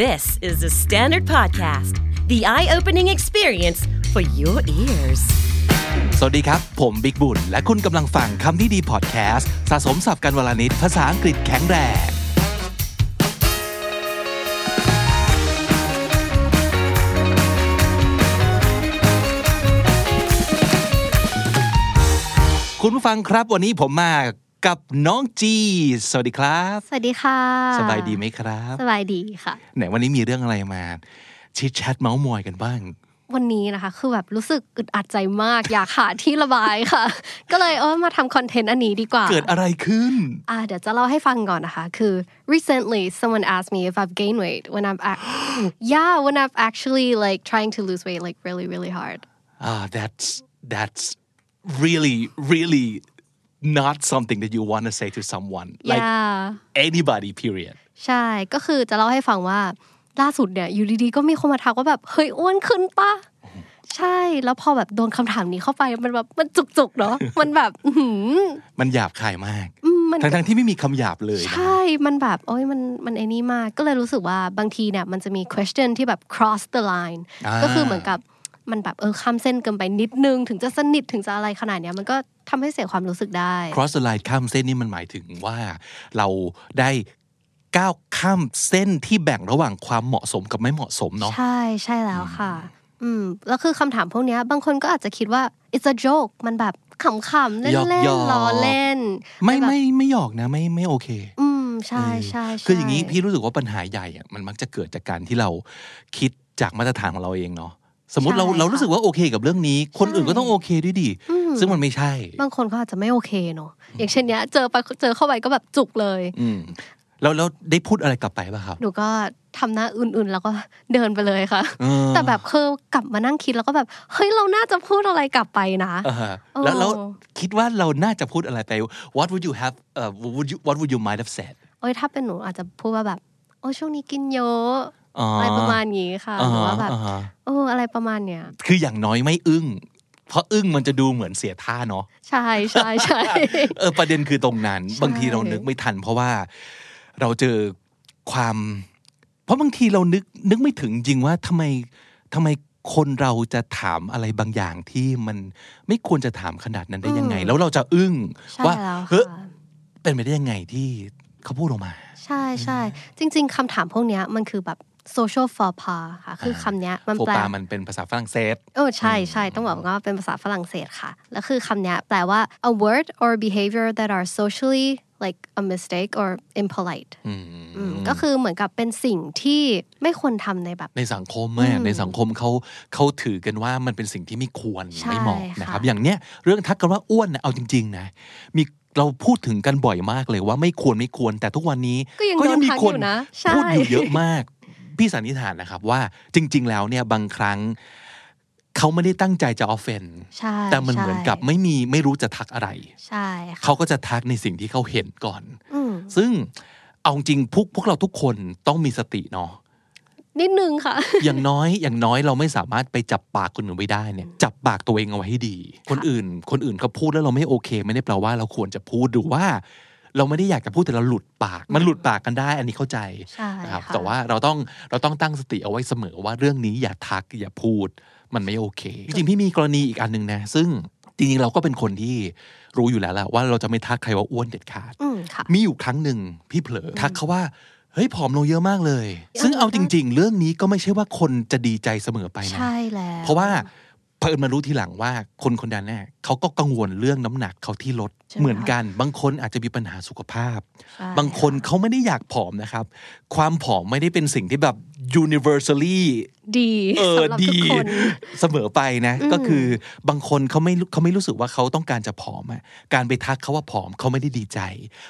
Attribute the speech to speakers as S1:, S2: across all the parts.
S1: This is the Standard Podcast, the eye opening experience for your ears.
S2: สวัสดีครับ ผมบิ๊กบุญ และคุณกำลังฟังคำนี้ดีพอดแคสต์สะสมสับการวลานิดภาษาอังกฤษแข็งแรง คุณผู้ฟังครับวันนี้ผมมากับน้องจี สวัสดีครับ
S3: สวัสดีค่ะ
S2: สบายดีไหมครับ
S3: สบายดีค่ะ
S2: ไหนวันนี้มีเรื่องอะไรมา ชิดแชทเมาส์มอยกันบ้าง
S3: วันนี้นะคะ คือแบบรู้สึกอึดอัดใจมาก อยากหาที่ระบายค่ะ ก็เลยเออมาทำคอนเทนต์อันนี้ดีกว่า
S2: เกิดอะไรขึ้น
S3: อ่าเดี๋ยวจะเล่าให้ฟังก่อนนะคะ คือ recently someone asked me if I've gained weight when I'm act yeah when I'm actually like trying to lose weight like really really hard
S2: Ah, that's that's really really not something that you want to say to someone like
S3: yeah
S2: anybody period
S3: ใช่ ก็คือจะเล่าให้ฟังว่าล่าสุดเนี่ยอยู่ดีๆก็มีคนมาทักว่าแบบเฮ้ยอ้วนขึ้นปะใช่ แล้วพอแบบโดนคำถามนี้เข้าไปมันแบบมันจุกๆเนาะ มันแบบ อื้อหือ
S2: มันหยาบคายมาก
S3: อืมมัน
S2: ทั้งทั้งๆที่ไม่มีคำหยาบเลยนะ
S3: ใช่ มันแบบ โอ้ย มัน มันไอ้นี่มาก ก็เลยรู้สึกว่าบางทีเนี่ย มันจะมี question ที่แบบ cross the line
S2: า
S3: ก็คือเหมือนกับ มันแบบ เออ ข้ามเส้นเกินไปนิดนึง ถึงจะสนิท ถึงจะอะไรขนาดเนี้ย มันก็ทำให้เสียความรู้สึกได้
S2: cross the line ข้ามเส้นนี่มันหมายถึงว่าเราได้ก้าวข้ามเส้นที่แบ่งระหว่างความเหมาะสมกับไม่เหมาะสมเนาะ
S3: ใช่ ใช่แล้วค่ะ อืม แล้วคือคำถามพวกเนี้ย บางคนก็อาจจะคิดว่า it's a joke มันแบบขำๆ เล่นๆล้อเล่น
S2: ไม่ไม่ไม่หยอกนะไม่ไม่โอเค
S3: อืม ใช่
S2: เออ
S3: ใช่ใช่
S2: คืออย่างนี้พี่รู้สึกว่าปัญหาใหญ่อะมันมักจะเกิดจากการที่เราคิดจากมาตรฐานของเราเองเนาะสมมติเรา
S3: ใช่ค่ะ
S2: เรารู้สึกว่าโอเคกับเรื่องนี้ คนอื่นก็ต้องโอเคด้วยดิ
S3: อืม
S2: ซึ่งมันไม่ใช่
S3: บางคนเขาอาจจะไม่โอเคเนอะอย่างเช่นเนี้ย เจอไปเจอเข้าไปก็แบบจุกเลย
S2: อืมแล้วแล้วได้พูดอะไรกลับไปป่ะครับ
S3: หนูก็ทำหน้าอื่นๆ แล้วก็เดินไปเลยค่ะ
S2: เออ
S3: แต่แบบคือกลับมานั่งคิดแล้วก็แบบ เฮ้ย เราน่าจะพูดอะไรกลับไปนะ
S2: เออแล้วแล้ว
S3: เออ
S2: คิดว่าเราน่าจะพูดอะไรไป what would you have เอ่อ would you what would you might have said
S3: โอ้ยถ้าเป็นหนูอาจจะพูดว่าแบบ โอ้ยช่วงนี้กินเยอะ
S2: อ๋ออ
S3: อะไรประมาณนี้ค่ะหรือว่าแบบ
S2: อ่าฮะ
S3: โอ้อะไรประมาณเนี้ย
S2: คืออย่างน้อยไม่อึ้งเพราะอึ้งมันจะดูเหมือนเสียท่าเนาะ
S3: ใช่ใช่ใช่
S2: เออประเด็นคือตรงนั้น
S3: ใช่
S2: บางทีเรานึกไม่ทัน เพราะว่าเราเจอความ เพราะบางทีเรานึกนึกไม่ถึงจริงว่าทำไมทำไมคนเราจะถามอะไรบางอย่างที่มันไม่ควรจะถามขนาดนั้นได้ยังไง แล้วเราจะอึ้ง
S3: ใช่
S2: ว่า
S3: แล้ว
S2: เฮ้ย
S3: ค่ะ
S2: เป็นไปได้ยังไงที่เขาพูดออกมา
S3: ใช่ใช่จริง ๆคำถามพวกเนี้ยมันคือแบบ social faux pas ค่ะ คือคำเนี้ยมัน
S2: โฟ
S3: แปล
S2: ปามันเป็นภาษาฝรั่งเศส
S3: โอ้ใช่ใช่ต้องบอกว่าเป็นภาษาฝรั่งเศสค่ะ แล้วคือคำเนี้ยแปลว่า a word or behavior that are socially like a mistake or impolite
S2: อืม
S3: อืมก็คือเหมือนกับเป็นสิ่งที่ไม่ควรทำในแบบ
S2: ในสังคมแม่ในสังคมเขาเขาถือกันว่ามันเป็นสิ่งที่ไม่ควร
S3: ใช่
S2: ไม่เหมาะนะครับ
S3: ค่ะ
S2: อย่างเนี้ยเรื่องทักกันว่าอ้วนนะเอาจริง ๆ นะ มีเราพูดถึงกันบ่อยมากเลยว่าไม่ควรไม่ควร แต่ทุกวันนี้
S3: ก็ยังโดนทักอยู่นะใช่
S2: พูดอยู่เยอะมาก พี่สันนิษฐานนะครับว่าจริง ๆ แล้วเนี่ยบางครั้งเขาไม่ได้ตั้งใจจะ offend
S3: ใช่
S2: แต่มันเหมือนกับไม่มีไม่รู้จะทักอะไร
S3: ใช่ค่ะ
S2: เขาก็จะทักในสิ่งที่เขาเห็นก่อน
S3: อืม
S2: ซึ่งเอาจริงๆพวกพวกเราทุกคนต้องมีสติเนาะ
S3: นิดนึงค่ะ
S2: อย่างน้อยอย่างน้อยเราไม่สามารถไปจับปากคนอื่นไว้ได้เนี่ยจับปากตัวเองเอาไว้ให้ดี คนอื่น คนอื่นเขาพูดแล้วเราไม่โอเค ไม่ได้แปลว่าเราควรจะพูดหรือว่า เราไม่ได้อยากจะพูดแต่เราหลุดปาก มันหลุดปากกันได้ อันนี้เข้าใจ
S3: ใช่
S2: นะครับ
S3: ค่ะ
S2: แต่ว่าเราต้องเราต้องตั้งสติเอาไว้เสมอว่าเรื่องนี้อย่าทักอย่าพูด มันไม่โอเค จริงๆพี่มีกรณีอีกอันหนึ่งนะซึ่งจริงๆเราก็เป็นคนที่รู้อยู่แล้วแหละว่าเราจะไม่ทักใครว่าอ้วนเด็ดขาด
S3: อืมค่ะ
S2: มีอยู่ครั้งหนึ่งพี่เผลอทักเขาว่า เฮ้ยผอมลงเยอะมากเลย
S3: เยอะ
S2: ซึ่งเอา
S3: มาก
S2: จริง ๆ เรื่องนี้ก็ไม่ใช่ว่าคนจะดีใจเสมอไปนะ
S3: ใช่แล้ว
S2: เพราะว่าเพิ่นมารู้ทีหลังว่าคนคนนั้นเนี่ยเขาก็กังวลเรื่องน้ำหนักเขาที่ลดเหมือนกัน บางคนอาจจะมีปัญหาสุขภาพ
S3: ใช่
S2: บางคนเขาไม่ได้อยากผอมนะครับ ความผอมไม่ได้เป็นสิ่งที่แบบ universally
S3: ดี
S2: เออ
S3: สำหรับทุ
S2: ดี
S3: กคน
S2: เสมอไปนะ ก็คือบางคนเขาไม่รู้เขาไม่รู้สึกว่าเขาต้องการจะผอมอะการไปทักเขาว่าผอมเขาไม่ได้ดีใจ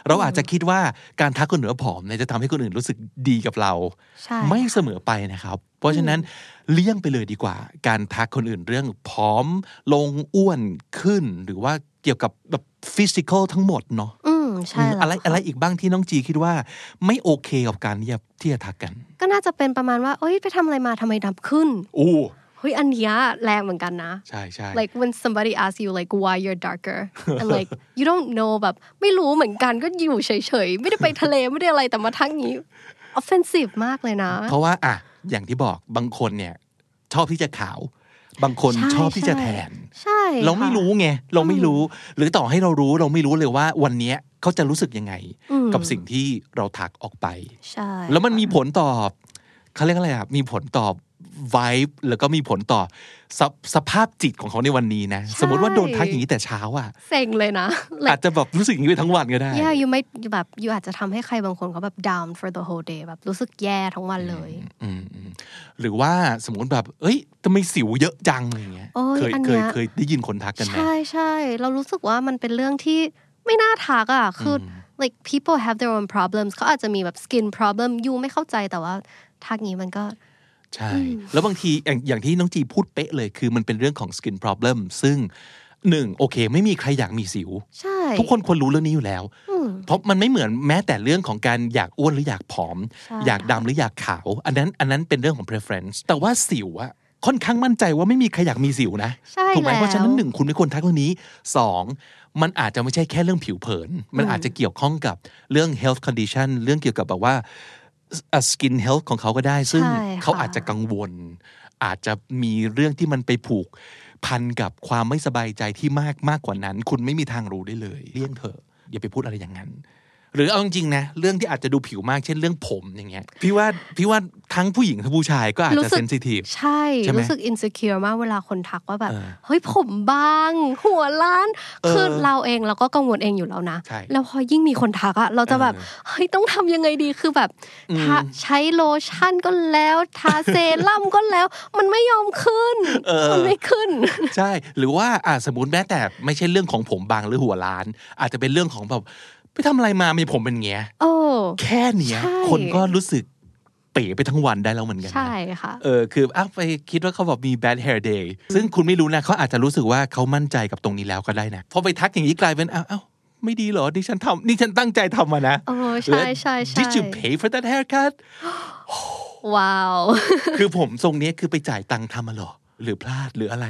S2: เราอาจจะคิดว่าการทักคนอื่นว่าผอมเนี่ยจะทำให้คนอื่นรู้สึกดีกับเรา
S3: ใช่
S2: ไม่เสมอไปนะครับ เพราะฉะนั้นเลี่ยงไปเลยดีกว่า การทักคนอื่นเรื่องผอมลงอ้วนขึ้น หรือว่าเกี่ยวกับแบบฟิสิกอลทั้งหมดเนาะ
S3: อืมใช่แล้ว
S2: อะไร
S3: ค่
S2: อะไรอีกบ้างที่น้องจีคิดว่าไม่โอเคกับการที่จะที่จะทักกัน
S3: ก็น่าจะเป็นประมาณว่า เอ้ย ไปทำอะไรมาทำไมดำขึ้น
S2: อู้
S3: เฮ้ย อันเนี้ยแรงเหมือนกันนะ
S2: ใช่ใช่
S3: like when somebody asks you like why you're darker and like you don't know แบบ ไม่รู้เหมือนกันก็อยู่เฉยๆ ไม่ได้ไปทะเล ไม่ได้อะไรแต่มาทักงี้ offensive มากเลยนะ
S2: เพราะว่าอ่ะอย่างที่บอกบางคนเนี่ย ชอบที่จะขาว บางคน
S3: ใช่
S2: ชอบที่จะ
S3: ใช่
S2: แทน
S3: ใช่
S2: เราไม่
S3: ค่ะ
S2: รู้ไงเราไม่รู้ หรือต่อให้เรารู้เราไม่รู้เลยว่าวันเนี้ยเขาจะรู้สึกยังไง
S3: อืม
S2: กับสิ่งที่เราถักออกไป
S3: ใช่
S2: แล้วมันมี
S3: ค่ะ
S2: ผลต่อเขาเรียกอะไรอ่ะมีผลต่อ vibe แล้วก็มีผลต่อสภสภาพจิตของเขาในวันนี้นะ สมมติว่าโดนทักอย่างนี้แต่เช้าอ่ะ
S3: เซ็งเลยนะ
S2: อาจจะแบบรู้สึกอย่างนี้ไปทั้งวันก็ได้
S3: yeah you might แบบ you อาจจะทำให้ใครบางคนเขาแบบ down for the whole day แบบรู้สึกแย่ทั้งวันเลย
S2: อืมอืมหรือว่าสมมติแบบ เอ้ยทำไมสิวเยอะจังอะไรเงี้ย
S3: โอ้ย
S2: เคย
S3: อัน
S2: เค
S3: เนี้
S2: ย
S3: ย
S2: เคยได้ยินคนทักกันไหม
S3: ใช่ใช่เรารู้สึกว่ามันเป็นเรื่องที่ไม่น่าทักอ่ะ คืออ like people have their own problems เขาอาจจะมีแบบ skin problem ยูไม่เข้าใจแต่ว่าทักงี้มันก็
S2: ใช่ แล้วบางทีอย่างอย่างที่น้องจีพูดเป๊ะเลยคือมันเป็นเรื่องของ skin problem ซึ่งหนึ่งโอเค ไม่มีใครอยากมีสิว
S3: ใช่
S2: ทุกคนควรรู้เรื่องนี้อยู่แล้ว
S3: อืม
S2: เพราะมันไม่เหมือนแม้แต่เรื่องของการอยากอ้วนหรืออยากผอม
S3: ใช่
S2: อยากดำหรืออยากขาว อันนั้นอันนั้นเป็นเรื่องของ preference แต่ว่าสิวอะค่อนข้างมั่นใจว่าไม่มีใครอยากมีสิวนะ
S3: ใช่
S2: ถูกไหม
S3: แล้ว
S2: เพราะฉะนั้นหนึ่งคุณไม่ควรทักเรื่องนี้สองมันอาจจะไม่ใช่แค่เรื่องผิวเผิน มันอาจจะเกี่ยวข้องกับเรื่อง health condition เรื่องเกี่ยวกับแบบว่า skin health ของเขาก็ได้ ซึ่ง
S3: ใช่
S2: เขา
S3: ค่ะ
S2: อาจจะกังวล อาจจะมีเรื่องที่มันไปผูกพันกับความไม่สบายใจที่มากมากกว่านั้น คุณไม่มีทางรู้ได้เลยเลี่ยงเถอะอย่าไปพูดอะไรอย่างนั้น หรือเอาจริงๆนะ เรื่องที่อาจจะดูผิวมากเช่นเรื่องผมอย่างเงี้ยพี่ว่าพี่ว่าทั้งผู้หญิงทั้งผู้ชายก็อาจจะ
S3: รู้สึก
S2: เซนซิทีฟ
S3: ใช่
S2: ใช่ไหม
S3: รู้สึก insecure มากเวลาคนทักว่าแบบ
S2: เออ
S3: เฮ้ยผมบาง หัวล้าน
S2: เออ
S3: คือเราเองเราก็กังวลเองอยู่แล้วนะ
S2: ใช่
S3: แล้วพอยิ่งมีคนทักอะเราจะแบบ
S2: เออ
S3: เฮ้ย ต้องทำยังไงดีคือแบบทาใช้โลชั่นก็แล้วทาเซรั่มก็แล้ว มันไม่ยอมขึ้น
S2: เออ
S3: มันไม่ขึ้น
S2: ใช่ หรือว่าอ่ะสมมติแม้แต่ไม่ใช่เรื่องของผมบางหรือหัวล้าน อาจจะเป็นเรื่องของแบบไปทำอะไรมามีผมเป็นเงี้ย
S3: โอ้
S2: แค่เนี้ย
S3: ใช่
S2: คนก็รู้สึกเป๋ไปทั้งวันได้แล้วเหมือนกันนะ
S3: ใช่ค่ะ
S2: เออคืออ้าวไปคิดว่าเขาบอกมี bad hair day ซึ่งคุณไม่รู้นะเขาอาจจะรู้สึกว่าเขามั่นใจกับตรงนี้แล้วก็ได้นะพอไปทักอย่างนี้กลายเป็นอ้าวอ้าวไม่ดีเหรอนี่ฉันทำนี่ฉันตั้งใจทำมานะ
S3: เออใช่
S2: และ
S3: ใช่ใช่
S2: Did you pay for that haircut
S3: ว้าว
S2: คือผมทรงเนี้ยคือไปจ่ายตังค์ทำมาเหรอ หรือพลาดหรืออะไร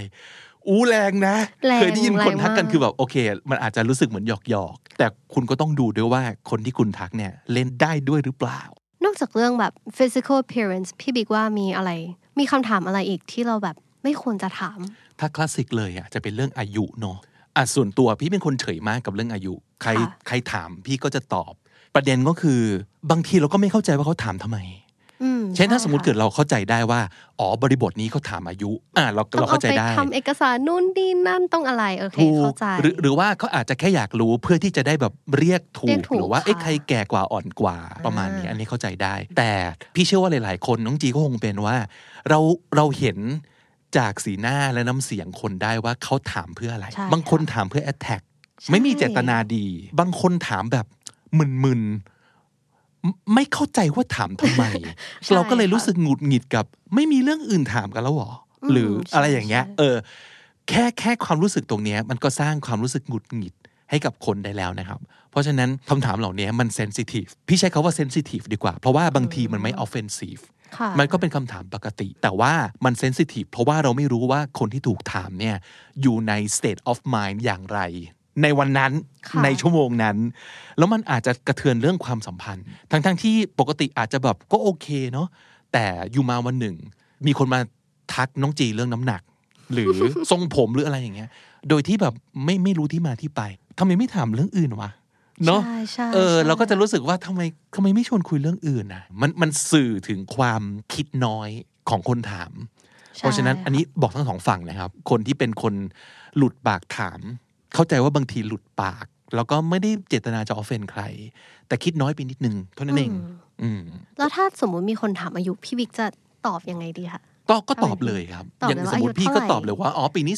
S2: อู้แรงนะ
S3: แรง
S2: เคยได้ยินคนทักกัน
S3: แรงมาก
S2: คือแบบโอเค มันอาจจะรู้สึกเหมือนหยอกหยอกๆแต่คุณก็ต้องดูด้วยว่าคนที่คุณทักเนี่ย เล่นได้ด้วยหรือเปล่า
S3: นอกจากเรื่องแบบ physical appearance พี่บิ๊กว่ามีอะไร มีคำถามอะไรอีกที่เราแบบไม่ควรจะถาม
S2: ถ้าคลาสสิกเลยอ่ะจะเป็นเรื่องอายุเนาะอ่ะส่วนตัวพี่เป็นคนเฉยมากกับเรื่องอายุ ใคร
S3: ค่ะ
S2: ใครถามพี่ก็จะตอบ ประเด็นก็คือบางทีเราก็ไม่เข้าใจว่าเขาถามทำไม
S3: อืม
S2: เช่นถ้า
S3: ใค่ะ
S2: สมมติเกิดเราเข้าใจได้ว่าอ๋อบริบทนี้เขาถามอายุอ่ะเรา
S3: ต้
S2: เรา
S3: องเอา
S2: เข้าใจ
S3: ไป
S2: ได้
S3: ทำเอกสารนู่นนี่นั่นต้องอะไรโอเค
S2: ถู
S3: เข้าก ใจ
S2: หรือหรือว่าเขาอาจจะแค่อยากรู้เพื่อที่จะได้แบบเรียกถู
S3: เรี
S2: ก
S3: ยกถูก
S2: หรือว่า
S3: ค่ะ
S2: เอ้ใครแก่กว่าอ่อนกว่าประมาณนี้
S3: อ่า
S2: อันนี้เข้าใจได้ แต่พี่เชื่อว่าหลาย ๆ คนน้องจีก็คงเป็นว่า เราเราเห็นจากสีหน้าและน้ำเสียงคนได้ว่าเขาถามเพื่ออะไร
S3: ใช่
S2: บางคนถามเพื่อ attack
S3: ใช่
S2: ไม่มีเจตนาดี บางคนถามแบบมึนๆไม่ไม่เข้าใจว่าถามทำไม
S3: ใช่
S2: เราก็เลยรู้
S3: ค่ะ
S2: สึกหงุดหงิดกับ ไม่มีเรื่องอื่นถามกันแล้วเหรอ หรือ
S3: ใช่
S2: อะไรอย่างเงี้ย
S3: ใช่
S2: เออ แค่แค่ความรู้สึกตรงเนี้ยมันก็สร้างความรู้สึกหงุดหงิดให้กับคนได้แล้วนะครับ เพราะฉะนั้นคำถามเหล่านี้มันเซนซิทีฟพี่ใช้คาว่าเซนซิทีฟดีกว่า เพราะว่าบางทีมันไม่ออฟเฟนซีฟ
S3: ค่ะ
S2: มันก็เป็นคำถามปกติ แต่ว่ามันเซนซิทีฟเพราะว่าเราไม่รู้ว่าคนที่ถูกถามเนี่ยอยู่ใน state of mind อย่างไร ในวันนั้น
S3: ค่ะ
S2: ในชั่วโมงนั้น แล้วมันอาจจะกระเทือนเรื่องความสัมพันธ์ ทั้งๆทที่ปกติอาจจะแบบก็โอเคเนาะ แต่อยู่มาวันหนึ่ง มีคนมาทักน้องจีเรื่องน้ำหนัก หรือ ทรงผมหรืออะไรอย่างเงี้ย โดยที่แบบไม่ไม่รู้ที่มาที่ไปทำไมไม่ถามเรื่องอื่นวะ เนาะ
S3: ใช่ใช่
S2: เออ
S3: ใช่
S2: เราก็จะรู้สึกว่าทำไมทำไมไม่ชวนคุยเรื่องอื่นนะมันมันสื่อถึงความคิดน้อยของคนถาม
S3: ใช่
S2: เพราะฉะนั้นอันนี้บอกทั้งสองฝั่งนะครับ คนที่เป็นคนหลุดปากถาม เข้าใจว่าบางทีหลุดปาก แล้วก็ไม่ได้เจตนาจะออฟเฟนใคร แต่คิดน้อยไปนิดนึงเท่านั้นเอง
S3: ม
S2: อืม
S3: แล้วถ้าสมมุติมีคนถามอายุ พี่บิ๊กจะตอบยังไงดีคะ
S2: ก็ก็ตอบเลยครับ
S3: ตอบเล
S2: อ
S3: ย
S2: ย่าง
S3: ว่า
S2: สมมติ
S3: อายุ
S2: พี่
S3: เท่า
S2: ก็
S3: ไหร่
S2: ตอบเลยว่า อ๋อ ปีนี้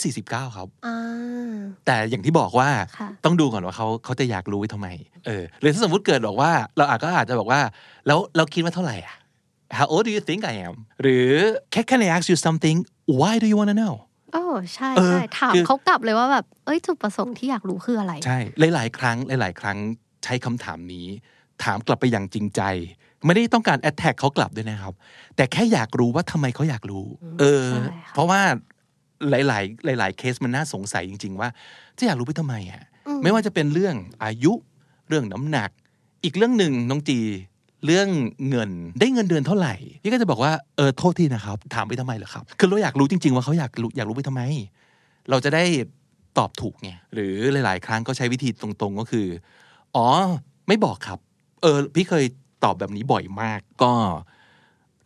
S2: 49 ครับ
S3: อ่า
S2: แต่อย่างที่บอกว่า
S3: ค่ะ
S2: ต้องดูก่อนว่าเขาเขาจะอยากรู้ไว้ทำไม เออหรือถ้าสมมติเกิดบอกว่า เราอาจก็อาจจะบอกว่า แล้วเราคิดว่าเท่าไหร่อะ How old do you think I am หรือ Can can I ask you something Why do you want to know
S3: โอ้ใช่
S2: เออ
S3: ใช่ถาม
S2: คือ
S3: เขากลับเลยว่าแบบเอ้ยจุดประสงค์ที่อยากรู้คืออะไร
S2: ใช่ หลาย ๆ ครั้ง หลาย ๆ ครั้งใช้คำถามนี้ ถามกลับไปอย่างจริงใจ ไม่ได้ต้องการแอ t แทกเขากลับด้วยนะครับ แต่แค่อยากรู้ว่าทำไมเขาอยากรู้ เออ
S3: ใช่ค่ะ
S2: เพราะว่าหลาย ๆ หลาย ๆ เคสมันน่าสงสัยจริง ๆ ว่า จะอยากรู้ไปทำไมอ่ะ
S3: อื
S2: ไม่ว่าจะเป็นเรื่องอายุเรื่องน้ำหนัก อีกเรื่องหนึ่งน้องจี เรื่องเงินได้เงินเดือนเท่าไหร่พี่ก็จะบอกว่าเออโทษทีนะครับ ถามไปทำไมเหรอครับ คือเราอยากรู้จริง ๆ ว่าเขาอยากรู้อยากรู้ไปทำไม เราจะได้ตอบถูกไงหรือหลาย ๆ ครั้งก็ใช้วิธีตรงๆ ก็คือ อ๋อ ไม่บอกครับ เออ พี่เคยตอบแบบนี้บ่อยมาก ก็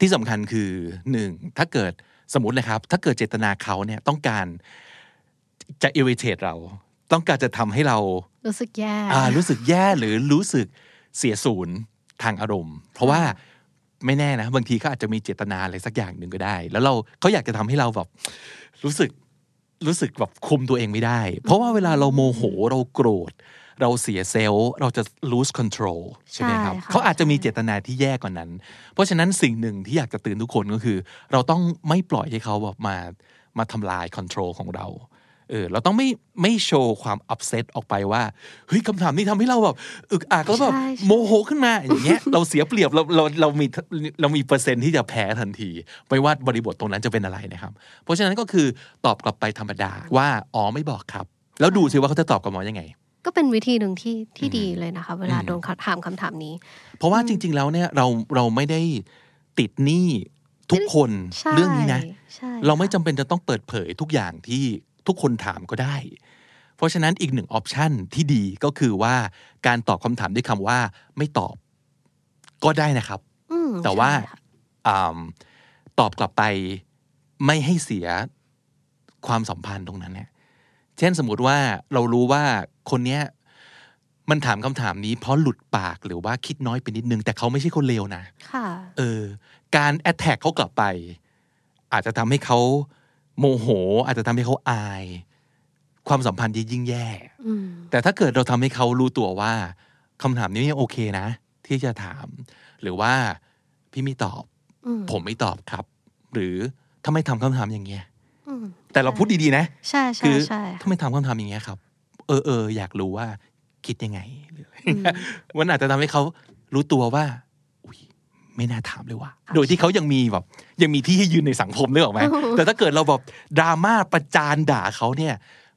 S2: ที่สำคัญคือหนึ่งถ้าเกิดสมมตินะครับ ถ้าเกิดเจตนาเขาเนี่ยต้องการจะ irritate เรา ต้องการจะทำให้เรา
S3: รู้สึกแย่
S2: อ่ารู้สึกแย่หรือรู้สึกเสียศูนย์ทางอารมณ์ เพราะว่าไม่แน่นะ บางทีเขาอาจจะมีเจตนาอะไรสักอย่างหนึ่งก็ได้ แล้วเราเขาอยากจะทำให้เราแบบรู้สึกรู้สึกแบบคุมตัวเองไม่ได้ เพราะว่าเวลาเราโมโหเราโกรธ เราเสียเซลล์เราจะ lose control ใช่ไหมครับ
S3: ใช่ค่ะ
S2: เขาอาจจะมีเจตนาที่แย่กว่านั้น เพราะฉะนั้นสิ่งหนึ่งที่อยากจะเตื่นทุกคนก็คือ เราต้องไม่ปล่อยให้เขาแบบมามาทำลาย control ของเรา เออเราต้องไม่ไม่โชว์ความอับเซตออกไปว่าเฮ้ยคำถามนี้ทำให้เราแบบอึกอักแล้วแบบ
S3: ใช่ใช่
S2: โมโหขึ้นมาอย่างเงี้ย เราเสียเปรียบเราเราเรามีเรามีเปอร์เซ็นต์ที่จะแพ้ทันที ไม่ว่าบริบทตรงนั้นจะเป็นอะไรนะครับ เพราะฉะนั้นก็คือตอบกลับไปธรรมดาว่าอ๋อไม่บอกครับ แล้วดูสิว่าเขาจะตอบกลับมายังไง
S3: ก็เป็นวิธีหนึ่งที่ที่ดีเลยนะคะ เวลา
S2: อืม
S3: โดนถามคำถามนี้
S2: เพราะว่าจริง ๆ แล้วเนี่ยเราเราไม่ได้ติดหนี้ทุกคน
S3: ใช่
S2: เรื่องนี้นะ
S3: ใช่
S2: เราไม่จำ
S3: ค่ะ
S2: เป็นจะต้องเปิดเผยทุกอย่างที่ทุกคนถามก็ได้ เพราะฉะนั้นอีกหนึ่งออปชันที่ดีก็คือว่าการตอบคำถามด้วยคำว่าไม่ตอบก็ได้นะครับ
S3: อืม
S2: แต่ว่า
S3: ใช่ค่ะ
S2: อ่ำตอบกลับไปไม่ให้เสียความสัมพันธ์ตรงนั้นเนี่ยเช่นสมมติว่าเรารู้ว่าคนเนี้ยมันถามคำถามนี้เพราะหลุดปากหรือว่าคิดน้อยไปนิดนึง แต่เขาไม่ใช่คนเลวนะ
S3: ค่ะ
S2: เออการแอ t แทกเขากลับไป อาจจะทำให้เขาโมโห อาจจะทำให้เขาอาย ความสัมพันธ์ยิ่งแย่
S3: อืม
S2: แต่ถ้าเกิดเราทำให้เขารู้ตัวว่าคำถามนี้เนี่ยโอเคนะ ที่จะถาม หรือว่าพี่ไม่ตอบ
S3: อืม
S2: ผมไม่ตอบครับ หรือทำไมทำคำถามอย่างเงี้ย
S3: อืม
S2: แต่เราพูดดีๆนะ
S3: ใช่ใช่
S2: คือ
S3: ใช่
S2: ทำไมถามคำถามอย่างเงี้ยครับ เออเอออยากรู้ว่าคิดยังไงหรืออะไรเงี้ยมันอาจจะทำให้เขารู้ตัวว่า อุ้ยไม่น่าถามเลยว่ะโดยที่เขายังมีแบบยังมีที่ให้ยืนในสังคมเรื่องออกไหมแต่ถ้าเกิดเราแบบดราม่าประจานด่าเขาเนี่ย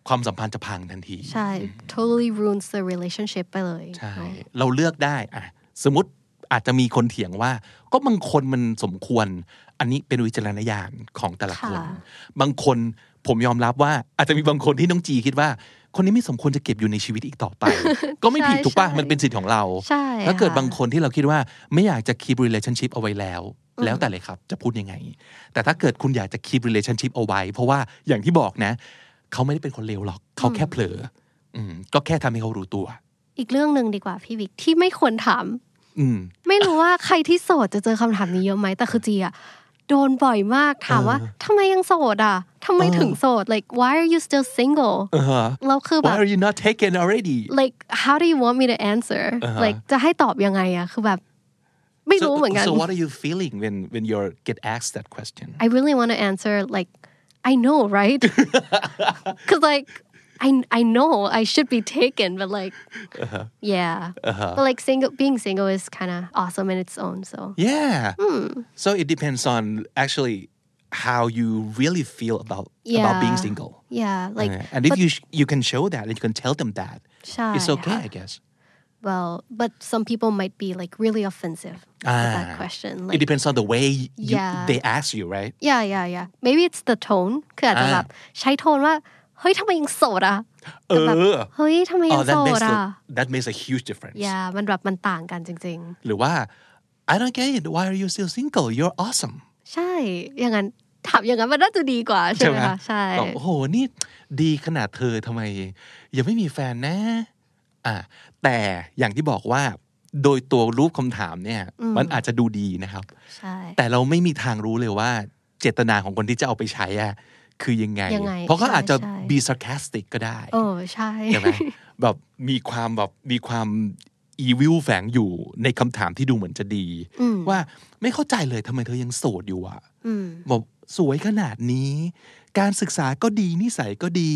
S2: ความสัมพันธ์จะพังทันที
S3: ใช่ totally ruins the relationship ไปเลย
S2: ใช่
S3: เนอะ
S2: เราเลือกได้อะสมมติอาจจะมีคนเถียงว่า ก็บางคนมันสมควร อันนี้เป็นวิจารณญาณของแต่ละคน
S3: ค่ะ
S2: บางคนผมยอมรับว่า อาจจะมีบางคนที่น้องจีคิดว่า คนนี้ไม่สมควรจะเก็บอยู่ในชีวิตอีกต่อไป ก็ไม่ผิดถูกป่ะ
S3: ใช่
S2: มันเป็นสิทธิ์ของเรา
S3: ใช่
S2: ถ้าเกิด
S3: ค่ะ
S2: บางคนที่เราคิดว่าไม่อยากจะ keep relationship เอาไว้แล้ว แล้วแต่เลยครับ จะพูดยังไง แต่ถ้าเกิดคุณอยากจะ keep relationship เอาไว้ เพราะว่าอย่างที่บอกนะ เขาไม่ได้เป็นคนเลวหรอก เขาแค่เผลออืมก็แค่ทำให้เขารู้ตัว
S3: อีกเรื่องหนึ่งดีกว่าพี่วิกที่ไม่ควรถาม
S2: อืม
S3: ไม่รู้ว่า ใครที่โสดจะเจอคำถามนี้เยอะไหมแต่คือจีอะโดนบ่อยมากถามว่า
S2: เออ
S3: ทำไมยังโสดอ่ะทำไม
S2: เออ
S3: ถึงโสด like why are you still single
S2: อ่าฮะ
S3: แล้วคือแบ
S2: Why
S3: บ
S2: are you not taken already
S3: like how do you want me to answer
S2: อ่าฮะ
S3: like จะให้ตอบยังไงอะคือแบบ ไม่รู้
S2: So-
S3: เหมือนกัน
S2: So what are you feeling when when you get asked that question
S3: I really want to answer like I know, right? Because like I I know I should be taken, but like
S2: Uh-huh.
S3: yeah, but like single being single is kind of awesome in its own. So
S2: Yeah So it depends on actually how you really feel about about
S3: Yeah.
S2: being single
S3: yeah, like
S2: Uh, and if you sh- you can show that and you can tell them that
S3: shy.
S2: it's okay I guess
S3: Well, but some people might be like really offensive with
S2: Ah.
S3: that question.
S2: it
S3: Like
S2: depends on the way you,
S3: Yeah.
S2: they ask you right
S3: yeah, yeah, yeah. Maybe it's the tone. คืออาจจะ
S2: อ่า
S3: แบบใช้โทนว่าเฮ้ยทำไมยังโสดอ่ะแต่แบบ
S2: เออ
S3: เฮ้ยทำไม
S2: oh
S3: ยังโส
S2: that makes
S3: ดอ่ะ
S2: a- that makes a huge difference
S3: yeah มันแบบมันต่างกันจริง ๆ
S2: หรือว่า I don't get it why are you still single you're awesome
S3: ใช่ อย่างนั้นถามอย่างนั้นมันน่าจะดีกว่าใช่ไหมคะใช่
S2: บอกโอ้โห นี่ดีขนาดเธอทำไม ยังไม่มีแฟนนะ อ่ะแต่อย่างที่บอกว่า โดยตัวรูปคำถามเนี่ย
S3: อืม
S2: มันอาจจะดูดีนะครับ
S3: ใช่
S2: แต่เราไม่มีทางรู้เลยว่า เจตนาของคนที่จะเอาไปใช้อะคือยังไง
S3: ยังไง
S2: เพราะเขา
S3: ใช่
S2: อาจจะ
S3: ใช่
S2: be sarcastic ก็ได้
S3: โอ้ใช่
S2: ใช่ไหมแบบมีความแบบมีความอีวิลแฝงอยู่ในคำถามที่ดูเหมือนจะดี
S3: อืม
S2: ว่าไม่เข้าใจเลยทำไมเธอยังโสดอยู่อะ
S3: อืม
S2: บอกสวยขนาดนี้ การศึกษาก็ดีนิสัยก็ดี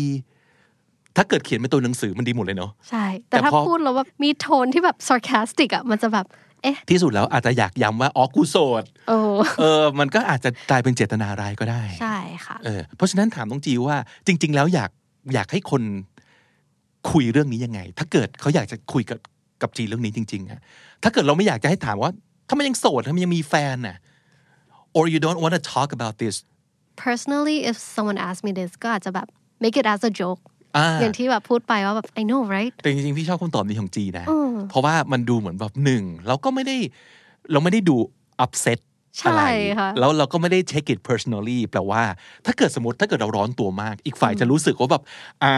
S2: ถ้าเกิดเขียนเป็นตัวหนังสือมันดีหมดเลยเนาะ
S3: ใช่ แต่
S2: แต่
S3: ถ้า
S2: พอ
S3: พูดแล้วว่ามีโทนที่แบบ sarcastic อ่ะ มันจะแบบ เอ๊ะ
S2: ที่สุดแล้วอาจจะอยากย้ำว่าอ๋อกูโสด
S3: โอ้
S2: เออ มันก็อาจจะกลายเป็นเจตนาร้ายก็ได้
S3: ใช่ค่ะ
S2: เออเพราะฉะนั้นถามน้องจีว่า จริง ๆ แล้วอยากอยากให้คนคุยเรื่องนี้ยังไง ถ้าเกิดเขาอยากจะคุยกับกับจีเรื่องนี้จริง ๆอะถ้าเกิดเราไม่อยากจะให้ถามว่า ถ้ามันยังโสดถ้ามันยังมีแฟนน่ะ or you don't want to talk about this
S3: personally if someone asked me this ก็อาจจะแบบ make it as a joke
S2: อ่า
S3: อย่างที่แบบพูดไปว่าแบบ I know right
S2: แต่จริงๆ พี่ชอบคำตอบนี้ของจีนะ
S3: อืม
S2: เพราะว่ามันดูเหมือนแบบหนึ่งเราก็ไม่ได้เราไม่ได้ดูอัพเซต
S3: ใช่
S2: อะไร
S3: ค่ะ
S2: แล้วเราก็ไม่ได้ take it personally แปลว่า ถ้าเกิดสมมติถ้าเกิดเราร้อนตัวมาก อีกฝ่ายจะรู้สึกว่าแบบอ่า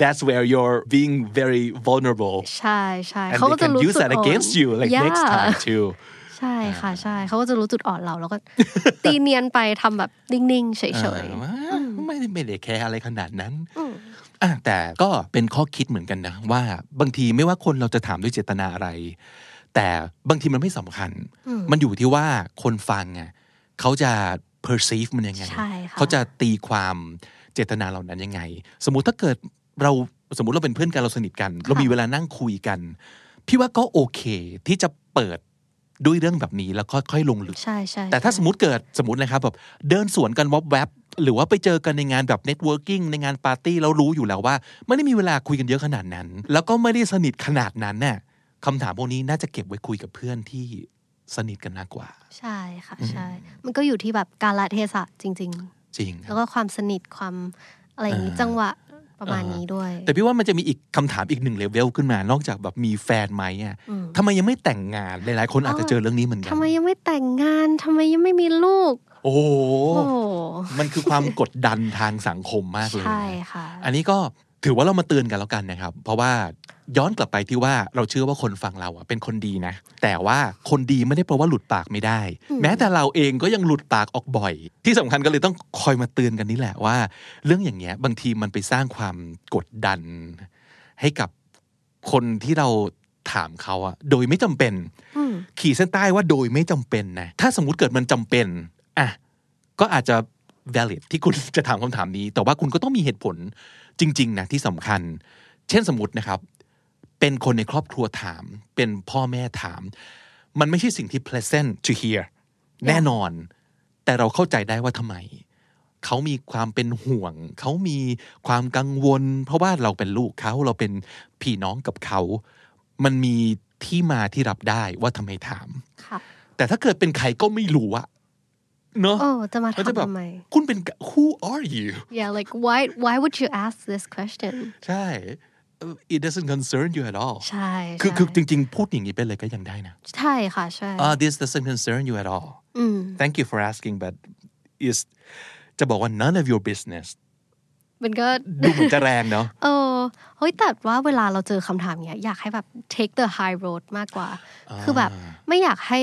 S2: that's where you're being very vulnerable
S3: ใช่ใช่
S2: and
S3: เขาก็
S2: they
S3: จะ
S2: can
S3: รู้
S2: use
S3: จุด
S2: that
S3: อ่อน
S2: against you like next
S3: Yeah
S2: time too
S3: ใช่ค่ะใช่เขาก็จะรู้จุดอ่อนเราแล้ว ก็ ตีเนียนไปทำแบบนิ่งๆเฉย
S2: อ่าว่าไม่ได้ไม่ได้แคร์อะไรขนาดนั้นอ่ะแต่ก็เป็นข้อคิดเหมือนกันนะ ว่าบางทีไม่ว่าคนเราจะถามด้วยเจตนาอะไร แต่บางทีมันไม่สำคัญ มันอยู่ที่ว่าคนฟังอ่ะเขาจะ perceive มันยังไง
S3: ๆ ใช่ค่ะ
S2: เขาจะตีความเจตนาเหล่านั้นยังไง สมมุติถ้าเกิดเราสมมุติเราเป็นเพื่อนกันเราสนิทกัน เรามีเวลานั่งคุยกัน พี่ว่าก็โอเค ที่จะเปิดด้วยเรื่องแบบนี้แล้วค่อยๆลงลึก
S3: ใช่ใช่
S2: แต่ถ้า
S3: ใช่
S2: สมมติเกิดสมมตินะครับแบบเดินสวนกันวับแวบหรือว่าไปเจอกันในงานแบบเน็ตเวิร์กิ่งในงานปาร์ตี้แล้วรู้อยู่แล้วว่า ไม่ได้มีเวลาคุยกันเยอะขนาดนั้น แล้วก็ไม่ได้สนิทขนาดนั้นน่ะคำถามพวกนี้น่าจะเก็บไว้คุยกับเพื่อนที่สนิทกันมากกว่า
S3: ใช่ค่ะใช่ มันก็อยู่ที่แบบกาลเทศะจริง
S2: จริง
S3: ๆ
S2: ค
S3: แล้
S2: รั
S3: ว
S2: บ
S3: ก็ความสนิทความอะไรอย่างนี้
S2: อ่า
S3: จังหวะประมาณนี้ด้วย
S2: แต่พี่ว่ามันจะมีอีกคำถามอีกหนึ่งเลเวลขึ้นมานอกจากแบบมีแฟนไหมอ่ะ
S3: อืม
S2: ทำไมยังไม่แต่งงานหลายๆ คนอาจจะเจอเรื่องนี้เหมือนกั
S3: ทำไมยังไม่แต่งงานทำไมยังไม่มีลูก
S2: โอ้โห
S3: โอ้
S2: มันคือความกดดันทางสังคมมากเลยนะ
S3: ใช่ค่ะ
S2: อันนี้ก็ถือว่าเรามาเตือนกันแล้วกันนะครับ เพราะว่าย้อนกลับไปที่ว่าเราเชื่อว่าคนฟังเราอะเป็นคนดีนะ แต่ว่าคนดีไม่ได้แปลว่าหลุดปากไม่ได้ แม้แต่เราเองก็ยังหลุดปากออกบ่อย ที่สำคัญก็เลยต้องคอยมาเตือนกันนี่แหละว่า เรื่องอย่างเงี้ยบางทีมันไปสร้างความกดดัน ให้กับคนที่เราถามเขาอะโดยไม่จำเป็น
S3: อืม
S2: ขีดเส้นใต้ว่าโดยไม่จำเป็นนะ ถ้าสมมุติเกิดมันจำเป็น อ่ะ ก็อาจจะ valid ที่คุณ จะถามคำถามนี้ แต่ว่าคุณก็ต้องมีเหตุผลจริง ๆ นะ ที่สำคัญ เช่นสมมตินะครับ เป็นคนในครอบครัวถาม เป็นพ่อแม่ถาม มันไม่ใช่สิ่งที่ pleasant to hear แน่นอน แต่เราเข้าใจได้ว่าทำไม เขามีความเป็นห่วง เขามีความกังวล เพราะว่าเราเป็นลูกเขาเราเป็นพี่น้องกับเขา มันมีที่มาที่รับได้ว่าทำไมถาม
S3: ค่ะ
S2: แต่ถ้าเกิดเป็นใครก็ไม่รู้อะเนอะ
S3: โอ้จะมา
S2: ก็
S3: ถาม
S2: จะแบบ
S3: ทำไม
S2: คุณเป็น who are you
S3: yeah like why why would you ask this question
S2: ใช่ it doesn't concern you at all
S3: ใช่
S2: คือ
S3: ใช่
S2: คือจริง ๆ พูดอย่างนี้ไปเลยก็ยังได้นะ
S3: ใช่ค่ะใช่
S2: อ่า this doesn't concern you at all
S3: อืม
S2: thank you for asking but is จะบอกว่า none of your business
S3: มันก็
S2: ดูเหมือนจะแรงเนาะ
S3: เออเฮ้ยแต่ว่าเวลาเราเจอคำถามเนี้ยอยากให้แบบ take the high road มากกว่า คือแบบไม่อยากให้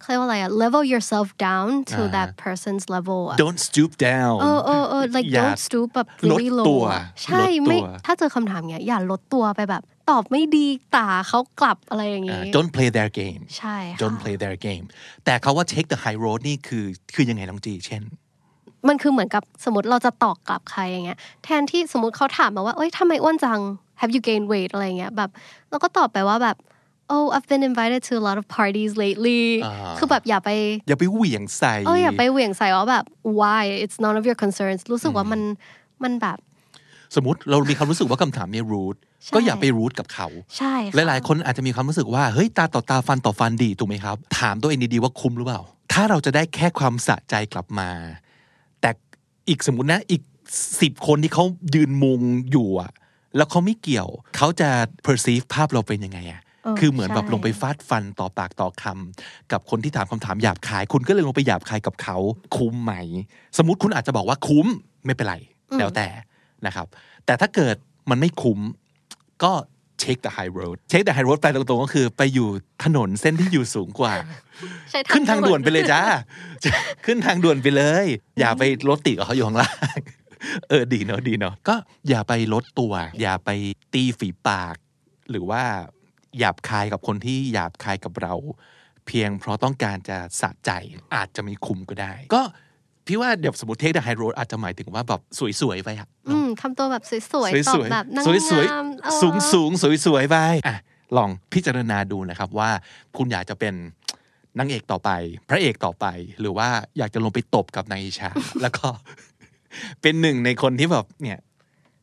S3: เขาเรียกว่าอะไรอะ level yourself down to
S2: อ่า
S3: that person's level อะ
S2: don't stoop down
S3: เออเออเออ like
S2: อย่า
S3: don't stoop แบบ
S2: ลด
S3: really low
S2: ตัว
S3: อะ
S2: ลดต
S3: ใช่
S2: ัว
S3: ไม่ถ้าเจอคำถามเนี้ยอย่าลดตัวไปแบบ ตอบไม่ดีตาเขากลับอะไรอย่าง
S2: อ่า
S3: งี้
S2: don't play their game
S3: ใช่ค่ะ
S2: don't play their game แต่เขาว่า take the high road นี่คือคือยังไงน้องจี เช่น
S3: มันคือเหมือนกับสมมติเราจะตอบกลับใครอย่างเงี้ยแทนที่สมมติเขาถามมาว่าเอ้ยทำไมอ้วนจัง Have you gained weight อะไรเงี้ยแบบเราก็ตอบไปว่าแบบ Oh I've been invited to a lot of parties lately
S2: อ่า
S3: คือแบบอย่าไป
S2: อย่าไปเหวี่ยงใส่
S3: เอออย่าไปเหวี่ยงใส่ว่าแบบ Why it's none of your concerns รู้สึกว่ามันมันแบบ
S2: สมมติเรามีความรู้สึกว่าคำถามเนี่ยรูท
S3: ใช่
S2: ก็อย่าไปรูทกับเขา
S3: ใช่ค่ะ
S2: หลายๆ คนอาจจะมีความรู้สึกว่า เฮ้ย ตาต่อตาฟันต่อฟันดี ถูกไหมครับ ถามตัวเองดี ๆ ว่าคุ้มหรือเปล่า ถ้าเราจะได้แค่ความสะใจกลับมา แต่อีกสมมตินะ อีกสิบคนที่เขายืนมุงอยู่อะแล้วเขาไม่เกี่ยว เขาจะ perceive ภาพเราเป็นยังไงอะคือเหมือนแบบลงไปฟาดฟันต่อปากต่อคำกับคนที่ถามคำถามหยาบคาย คุณก็เลยลงไปหยาบคายกับเขาคุ้มไหม สมมติคุณอาจจะบอกว่าคุ้มไม่เป็นไร แล้วแต่นะครับ แต่ถ้าเกิดมันไม่คุ้ม ก็ take the high road take the high road แปลตรงๆ ก็คือไปอยู่ถนนเส้นที่อยู่สูงกว่า
S3: ใช่
S2: ขึ้นทางด่วนไปเลยจ้า ขึ้นทางด่วนไปเลย อย่าไปรถติดกับเขาอยู่ข้างล่าง เออ ดีเนาะดีเนาะก็อย่าไปลดตัว อย่าไปตีฝีปาก หรือว่าหยาบคายกับคนที่หยาบคายกับเรา เพียงเพราะต้องการจะสะใจอาจจะไม่คุ้มก็ได้ ก็พี่ว่าเดี๋ยวสมมติ take the high road อาจจะหมายถึงว่าแบบสวยๆไปอะ
S3: อืมทำตัวแบบสวยๆตอบแบบนาง
S2: สวยสวย
S3: งามเออ
S2: สูงสูงสวยสวยๆไปอ่ะลองพิจารณาดูนะครับว่า คุณอยากจะเป็นนางเอกต่อไป พระเอกต่อไป หรือว่าอยากจะลงไปตบกับนายอิชา แล้วก็ เป็นหนึ่งในคนที่แบบเนี่ย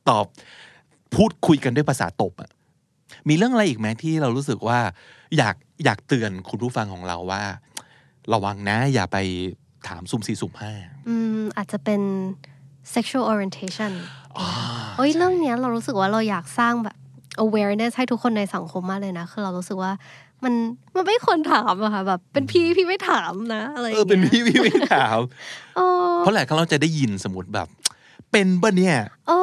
S2: ตอบพูดคุยกันด้วยภาษาตบอะ มีเรื่องอะไรอีกไหมที่เรารู้สึกว่าอยากอยากเตือนคุณผู้ฟังของเราว่า ระวังนะอย่าไปถามสุ่มสี่สุ่มห้า
S3: อืมอาจจะเป็น sexual orientation
S2: อ่า
S3: โอ้ยเรื่องเนี้ยเรารู้สึกว่าเราอยากสร้างแบบ awareness ให้ทุกคนในสังคมมากเลยนะ คือเรารู้สึกว่ามันมันไม่ควรถามอะค่ะแบบ เป็นพี่พี่ไม่ถามนะ อะไรอ
S2: เอย่าง อ
S3: งี้ย
S2: เป็น พี่พี่ไม่ถาม
S3: โอ้
S2: เพราะหลายครั้งเราจะได้ยินสมมติแบบ เป็นปะเนี่ย
S3: โอ้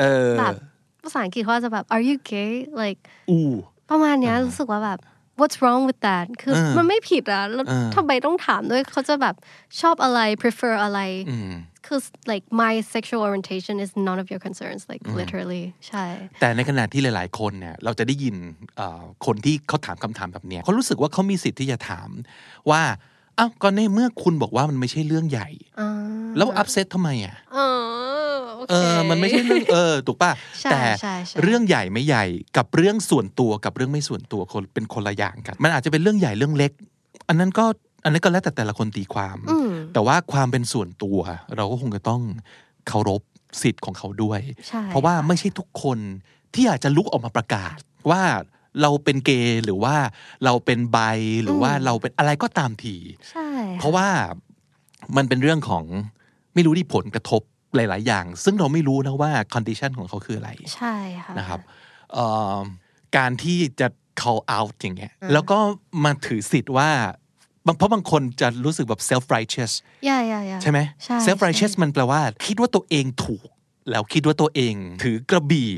S2: เออ
S3: แบบภาษาอังกฤษเขาอาจจะแบบ are you gay like
S2: อู้
S3: ประมาณเนี้ยรู้สึกว่าแบบ what's wrong with that คือ
S2: เออ
S3: มันไม่ผิดอะแล้ว
S2: เออ
S3: ทำไมต้องถามด้วยเขาจะแบบชอบอะไร prefer อะไร
S2: อืม
S3: คือ like my sexual orientation is none of your concerns like literally ใช่
S2: แต่ในขณะที่หลาย ๆ คนเนี่ยเราจะได้ยินเอ่อคนที่เขาถามคำถามแบบเนี้ยเขารู้สึกว่าเขามีสิทธิ์ที่จะถามว่าอ้าวก็ในเมื่อคุณบอกว่ามันไม่ใช่เรื่องใหญ่ แล้วอัพเซตทำไมอ่ะ
S3: อ๋อโอเค
S2: เออมันไม่ใช่เรื่องเออถูกป่ะ
S3: ใช่
S2: แต่
S3: ใช่ใช่
S2: เรื่องใหญ่ไม่ใหญ่กับเรื่องส่วนตัวกับเรื่องไม่ส่วนตัวคนเป็นคนละอย่างกัน มันอาจจะเป็นเรื่องใหญ่เรื่องเล็ก อันนั้นก็อันนั้นก็แล้วแต่แต่ละคนตีความ
S3: อืม
S2: แต่ว่าความเป็นส่วนตัว เราก็คงจะต้องเคารพสิทธิ์ของเขาด้วย
S3: ใช่
S2: เพราะว่าไม่ใช่ทุกคนที่อาจจะลุกออกมาประกาศ ว่าเราเป็นเกย์หรือว่าเราเป็นไบหรือว่าเราเป็นอะไรก็ตามที
S3: ใช่
S2: เพราะว่ามันเป็นเรื่องของไม่รู้ที่ผลกระทบหลาย ๆ อย่าง ซึ่งเราไม่รู้นะว่าคอนดิชันของเขาคืออะไร
S3: ใช่ค่ะ
S2: นะครับเอ่อการที่จะ call out อย่างเงี้ยแล้วก็มาถือสิทธิ์ว่าบางเพราะบางคนจะรู้สึกแบบ self righteous
S3: ย่าย่าย่า
S2: ใช่ไหม
S3: ใช่
S2: self righteous มันแปลว่า คิดว่าตัวเองถูก แล้วคิดว่าตัวเอง ถือกระบี่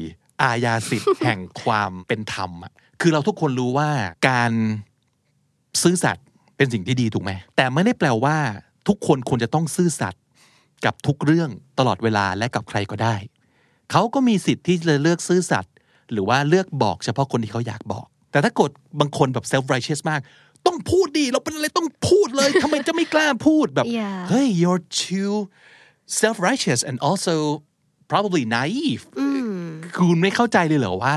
S2: อาญาสิทธิ์ แห่งความเป็นธรรมอะคือเราทุกคนรู้ว่าการซื่อสัตย์เป็นสิ่งที่ดีถูกไหม แต่ไม่ได้แปลว่า ทุกคนควรจะต้องซื่อสัตย์กับทุกเรื่องตลอดเวลาและกับใครก็ได้ เขาก็มีสิทธิ์ที่จะเลือกซื่อสัตย์หรือว่าเลือกบอกเฉพาะคนที่เขาอยากบอก แต่ถ้ากดบางคนแบบ self righteous มาก ต้องพูดดีเราเป็นอะไรต้องพูดเลยทำไมจะไม่กล้าพูดแบบ
S3: Yeah.
S2: เฮ้ย you're too self righteous and also probably naive คุณไม่เข้าใจเลยเหรอว่า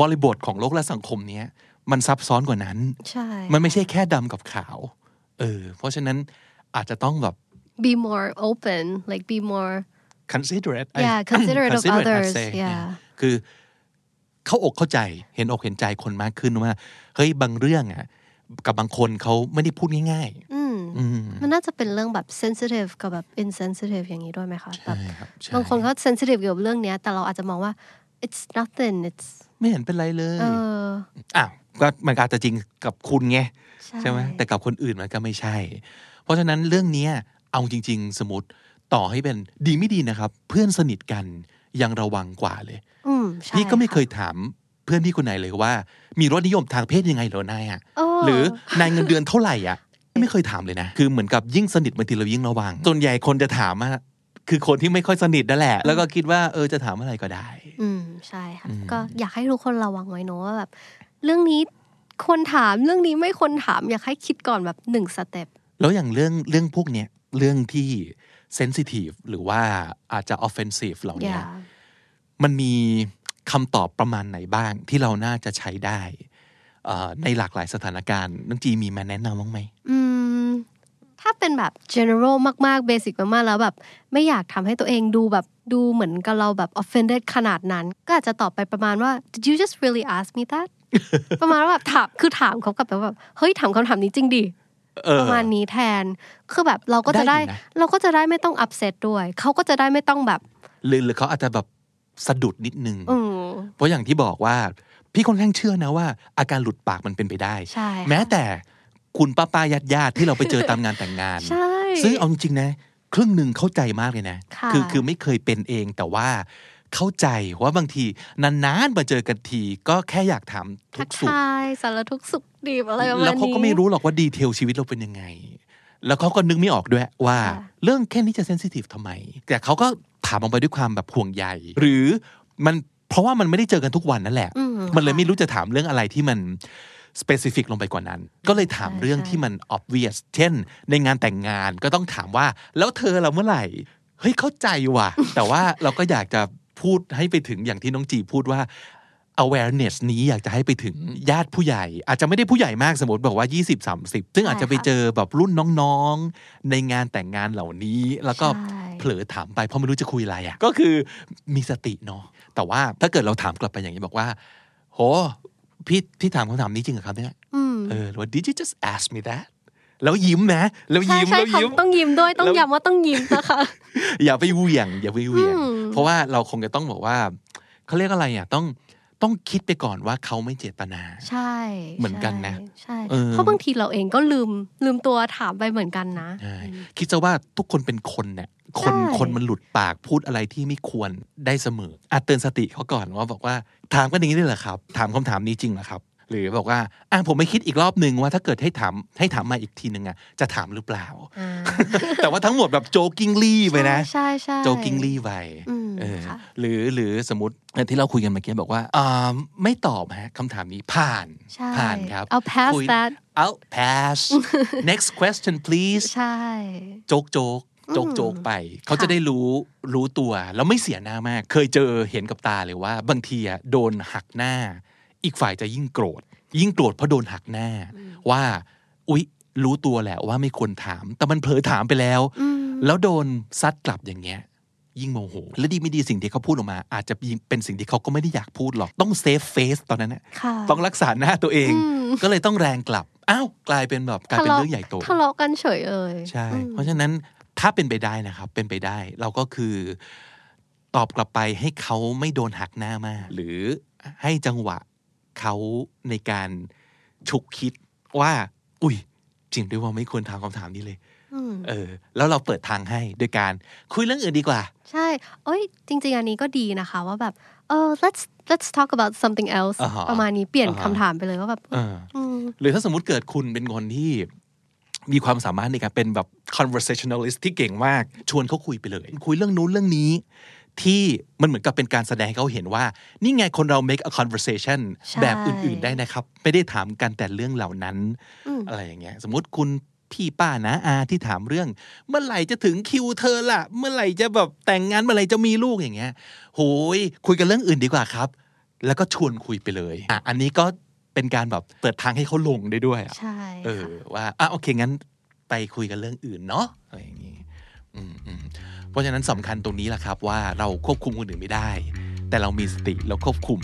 S2: บริบทของโลกและสังคมเนี้ยมันซับซ้อนกว่านั้น
S3: ใช่
S2: มันไม่ใช่แค่ดำกับขาวเออเพราะฉะนั้นอาจจะต้องแบบ
S3: be more open like be more
S2: considerate I-
S3: Yeah, considerate of
S2: I'd
S3: others,
S2: say
S3: yeah.
S2: คือเข้าอกเข้าใจเห็นอกเห็นใจคนมากขึ้นว่า เฮ้ย บางเรื่องอ่ะ กับบางคนเขาไม่ได้พูดง่าย
S3: อืมมันน่าจะเป็นเรื่องแบบ sensitive กับแบบ insensitive อย่างนี้ด้วยไหมคะแบบ
S2: ครับใช่
S3: บางคนเขา sensitive เกี่ยวกับเรื่องเนี้ย แต่เราอาจจะมองว่า it's nothing it's
S2: ๆ ไม่เห็นเป็นไรเลย
S3: เออ
S2: อ้าวก็มันอาจจะจริงกับคุณไง
S3: ใช่
S2: ใช่ไหมแต่กับคนอื่นมันก็ไม่ใช่ เพราะฉะนั้นเรื่องเนี้ยเอาจริง ๆ สมมติต่อให้เป็นดีไม่ดีนะครับ เพื่อนสนิทกันยังระวังกว่าเลย
S3: อืมใช่
S2: พี่ก็ไม่
S3: ะ
S2: เคยถามเพื่อนพี่คนไหนเลยว่า มีรสนิยมทางเพศยังไงเหรอนายอ่ะ
S3: เออ
S2: หรือนายเงินเดือนเท่าไหร่อ่ะไม่เคยถามเลยนะ คือเหมือนกับยิ่งสนิทบางทีเรายิ่งระวังส่วนใหญ่คนจะถามอ่ะคือคนที่ไม่ค่อยสนิทนั่นแหละ แล้วก็คิดว่าเออจะถามอะไรก็ได้
S3: อืมใช่ค่ะก็อยากให้ทุกคนระวังไว้เนอะว่าแบบ เรื่องนี้ควรถามเรื่องนี้ไม่ควรถามอยากให้คิดก่อนแบบหนึ่งสเต็ป
S2: แล้วอย่างเรื่องเรื่องพวกเนี้ยเรื่องที่เซนซิทีฟหรือว่าอาจจะออฟเฟนซีฟเหล่านี้
S3: yeah
S2: มันมีคำตอบประมาณไหนบ้างที่เราน่าจะใช้ได้เอ่อในหลากหลายสถานการณ์น้องจีมีมาแนะนำบ้างไหม
S3: อืมถ้าเป็นแบบ general มากๆ basic มากๆ แล้วแบบ ไม่อยากทำให้ตัวเองดูแบบดูเหมือนกับเราแบบ offended ขนาดนั้น ก็อาจจะตอบไปประมาณว่า did you just really ask me that ประมาณว่าแบบถามคือถามเขากลับไปว่าแบบเฮ้ยถามคำถามนี้จริงดิประมาณนี้แทน คือแบบเราก็จะ
S2: ได้
S3: ได้
S2: อยู่นะ
S3: เราก็จะได้ไม่ต้อง upset ด้วยเขาก็จะได้ไม่ต้องแบบ
S2: หรือหรือเขาอาจจะแบบสะดุดนิดนึง
S3: อืม
S2: เพราะอย่างที่บอกว่า พี่ค่อนข้างเชื่อนะว่า อาการหลุดปากมันเป็นไปได้
S3: ใช่ค่ะ
S2: แม้แต่คุณป้าป้าญาติญาติที่เราไปเจอตามงานแต่งงาน
S3: ใช่
S2: ซึ่งเอาจริงๆนะ ครึ่งหนึ่งเข้าใจมากเลยนะ
S3: ค่ะ
S2: อคือไม่เคยเป็นเองแต่ว่าเข้าใจว่าบางทีนานๆมาเจอกันที ก็แค่อยากถามทุ
S3: ทั
S2: ก
S3: ก
S2: สุข
S3: ทายสารทุกข์สุขดีอะไรประมาณนี้
S2: แล้วเขาก็ไม่รู้หรอกว่าดีเทลชีวิตเราเป็นยังไง แล้วเขาก็นึกไม่ออกด้วยว่า
S3: ค่ะ
S2: เรื่องแค่นี้จะเซนซิทีฟทำไม แต่เขาก็ถามออกไปด้วยความแบบห่วงใยหรือมันเพราะว่ามันไม่ได้เจอกันทุกวันนั่นแหละ
S3: อื
S2: มันเลยไม่
S3: ค่ะ
S2: รู้จะถามเรื่องอะไรที่มัน specific ลงไปกว่านั้น ก็เลยถาม
S3: ใช่
S2: เรื่อง
S3: ใช่
S2: ที่มัน obvious เช่น ในงานแต่งงานก็ต้องถามว่า แล้วเธอเราเมื่อไหร่ เฮ้ยเข้าใจ ว่ะ แต่ว่าเราก็อยากจะพูดให้ไปถึงอย่างที่น้องจีพูดว่า awareness นี้อยากจะให้ไปถึงญาติผู้ใหญ่ อาจจะไม่ได้ผู้ใหญ่มากสมมติบอกว่า 20-30 ซึ่งอาจจะไปเจอแบบรุ่นน้องๆ ในงานแต่งงานเหล่านี้ แล้วก็
S3: ใช่
S2: เผลอถามไปเพราะไม่รู้จะคุยอะไรอ่ะ ก็คือมีสติเนาะแต่ว่าถ้าเกิดเราถามกลับไปอย่างนี้บอกว่า โห โหพี่พี่ถามคำถามนี้จริงเหรอครับเนี่ยเออหรือว่า did you just ask me that แล้วยิ้มนะ แล้ว
S3: ใช่
S2: ยิ้ม
S3: ใช่
S2: แล้ว
S3: ค่ะ
S2: ยิ้ม
S3: ต้องยิ้มด้วยต้องย้ำว่าต้องยิ้มนะคะ
S2: อย่าไปเหวี่ยง อย่าไปเหวี่ยง เพราะว่าเราคงจะต้องบอกว่า เขาเรียกอะไรอ่ะต้องต้องคิดไปก่อนว่าเขาไม่เจตนา
S3: ใช่
S2: เหมือนกันนะ
S3: ใช่
S2: เออ
S3: เพราะบางทีเราเองก็ลืมลืมตัวถามไปเหมือนกันนะ
S2: ใช่คิดซะว่าทุกคนเป็นคนเนี่ยคน
S3: ใช่
S2: คนมันหลุดปากพูดอะไรที่ไม่ควรได้เสมออาจเตือนสติเขาก่อนว่าบอกว่าถามกันอย่างนี้เลยเหรอครับ ถามคำถามนี้จริงเหรอครับ หรือบอกว่าอ่ะผมไปคิดอีกรอบหนึ่งว่าถ้าเกิดให้ถามให้ถามมาอีกทีหนึ่งอ่ะจะถามหรือเปล่า
S3: อ่า
S2: แต่ว่าทั้งหมดแบบโจกิ้งลี่ไปนะ
S3: ใช่ใช่
S2: โจกิงลี่ไว
S3: อืม
S2: เออ
S3: ค่ะ
S2: หรือหรือสมมติที่เราคุยกันเมื่อกี้บอกว่าอ่าไม่ตอบฮะคำถามนี้ผ่าน
S3: ใช่
S2: ผ่านครับ
S3: เอา pass
S2: คุย
S3: that
S2: I'll pass next question please
S3: ใช่
S2: โจกโจกโจกโจกไป เขาจะได้รู้รู้ตัวแล้วไม่เสียหน้ามาก เคยเจอเห็นกับตาเลยว่า บางทีอะโดนหักหน้า อีกฝ่ายจะยิ่งโกรธ ยิ่งโกรธเพราะโดนหักหน้า ว่า อุ๊ย รู้ตัวแหละว่าไม่ควรถาม แต่มันเผลอถามไปแล้ว แล้วโดนซัดกลับอย่างเงี้ย ยิ่งโมโห และดีไม่ดีสิ่งที่เขาพูดออกมา อาจจะเป็นสิ่งที่เขาก็ไม่ได้อยากพูดหรอกต้องเซฟเฟซตอนนั้นนะ
S3: ค่ะ
S2: ต้องรักษาหน้าตัวเอง ก็เลยต้องแรงกลับอ้าวกลายเป็นแบบกลายเป็นเรื่องใหญ่โต
S3: ทะเลาะกันเฉยเลย
S2: ใช่ เพราะฉะนั้นถ้าเป็นไปได้นะครับ เป็นไปได้ เราก็คือตอบกลับไปให้เขาไม่โดนหักหน้ามาก หรือให้จังหวะเขาในการฉุกคิดว่า อุ้ย จริงด้วยว่าไม่ควรถามคำถามนี้เลย
S3: อืม
S2: เออ แล้วเราเปิดทางให้โดยการคุยเรื่องอื่นดีกว่า
S3: ใช่เอ้ยจริง ๆ อันนี้ก็ดีนะคะว่าแบบเออ let's let's talk about something else
S2: อ่าฮะ
S3: ประมาณนี้เปลี่ยน
S2: อ่าฮะ
S3: คำถามไปเลยว่าแบบ
S2: เออ
S3: อืม
S2: หรือถ้าสมมติเกิดคุณเป็นคนที่มีความสามารถในการเป็นแบบ conversationalist ที่เก่งมาก ชวนเขาคุยไปเลย คุยเรื่องนู้นเรื่องนี้ ที่มันเหมือนกับเป็นการแสดงให้เขาเห็นว่า นี่ไงคนเรา make a conversation
S3: ใช่
S2: แบบอื่น ๆได้นะครับ ไม่ได้ถามกันแต่เรื่องเหล่านั้น อะไรอย่างเงี้ย สมมติคุณพี่ป้านะอาที่ถามเรื่อง เมื่อไหร่จะถึงคิวเธอล่ะ เมื่อไหร่จะแบบแต่งงานเมื่อไหร่จะมีลูกอย่างเงี้ย โหยคุยกันเรื่องอื่นดีกว่าครับ แล้วก็ชวนคุยไปเลยอ่ะอันนี้ก็เป็นการแบบเปิดทางให้เขาลงได้ด้วยอะ
S3: ใช่
S2: เออ
S3: ค่ะ
S2: ว่าอ่ะโอเค งั้นไปคุยกันเรื่องอื่นเนาะอะไรอย่างนี้อืมอืมเพราะฉะนั้นสำคัญตรงนี้แหละครับว่าเราควบคุมคนอื่นไม่ได้ แต่เรามีสติเราควบคุม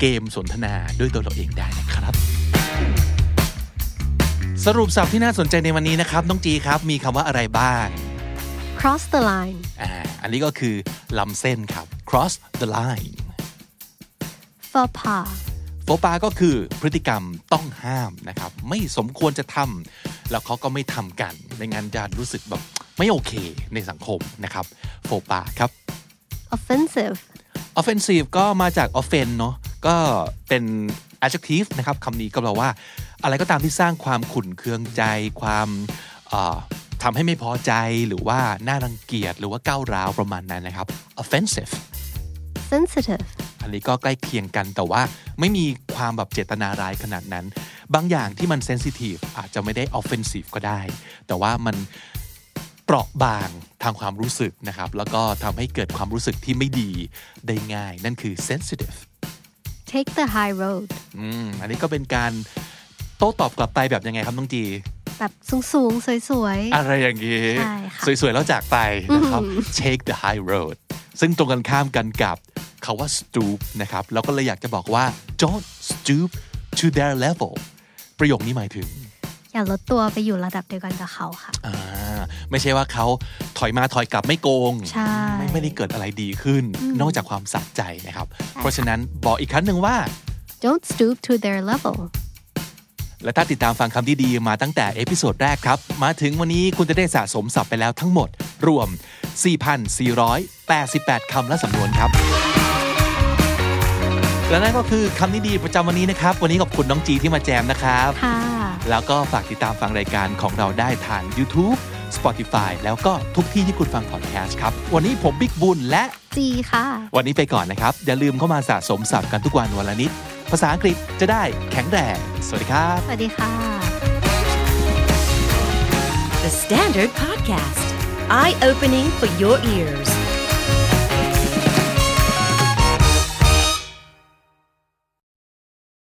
S2: เกมสนทนาด้วยตัวเราเองได้นะครับ สรุปสับที่น่าสนใจในวันนี้นะครับน้องจีครับ มีคำว่าอะไรบ้าง
S3: cross the line
S2: อ่าอันนี้ก็คือลำเส้นครับ cross the line
S3: faux pas
S2: โฟปาก็คือพฤติกรรมต้องห้ามนะครับ ไม่สมควรจะทำแล้วเขาก็ไม่ทำกัน ในงานจะรู้สึกแบบไม่โอเคในสังคมนะครับโฟปาครับ
S3: offensive
S2: offensive ก็มาจาก offend เนาะก็เป็น adjective นะครับคำนี้ก็แปลว่า อะไรก็ตามที่สร้างความขุ่นเคืองใจ ความเอ่อทำให้ไม่พอใจหรือว่าน่ารังเกียจหรือว่าก้าวร้าวประมาณนั้นนะครับ offensive
S3: sensitive
S2: อันนี้ก็ใกล้เคียงกันแต่ว่าไม่มีความแบบเจตนาร้ายขนาดนั้น บางอย่างที่มันเซนซิทีฟอาจจะไม่ได้ออฟเฟนซีฟก็ได้ แต่ว่ามันเปราะบางทางความรู้สึกนะครับ แล้วก็ทำให้เกิดความรู้สึกที่ไม่ดีได้ง่าย นั่นคือ sensitive
S3: take the high road
S2: อืมอันนี้ก็เป็นการโต้ตอบกลับไปแบบยังไงครับน้องจี
S3: แบบสูง ๆ สวย
S2: อะไรอย่างนี้
S3: ใช่ค่ะ
S2: สวย ๆ แล้วจากไปนะครับ take the high road ซึ่งตรงกันข้ามกันกับคาว่า stoop นะครับ แล้วก็เลยอยากจะบอกว่า don't stoop to their level ประโยคนี้หมายถึง
S3: ๆ อย่าลดตัวไปอยู่ระดับเดียวกันกับเขาค่ะ
S2: อ่าไม่ใช่ว่าเขาถอยมาถอยกลับไม่โกง
S3: ใช่
S2: ไม่ไม่ได้เกิดอะไรดีขึ้น นอกจากความสะใจนะครับ เพราะฉะนั้นบอกอีกครั้งหนึ่งว่า
S3: don't stoop to their level
S2: และถ้าติดตามฟังคำที่ดีมาตั้งแต่เอพิโซดแรกครับ มาถึงวันนี้คุณจะได้สะสมศัพท์ไปแล้วทั้งหมด รวม 4,488 คำและสำนวนครับ และนั่นก็คือคำนี้ดีประจำวันนี้นะครับ วันนี้ขอบคุณน้องจีที่มาแจมนะครับ
S3: ค่ะ
S2: แล้วก็ฝากติดตามฟังรายการของเราได้ทาง YouTube Spotify แล้วก็ทุกที่ที่คุณฟังพอดแคสต์ครับ วันนี้ผมบิ๊กบุญและ
S3: จีค่ะ
S2: วันนี้ไปก่อนนะครับ อย่าลืมเข้ามาสะสมศัพท์กันทุกวันวันละนิด ภาษาอังกฤษจะได้แข็งแรงสวัสดีครับ
S3: สวัสดีค่ะ
S1: The Standard Podcast, eye opening for your ears.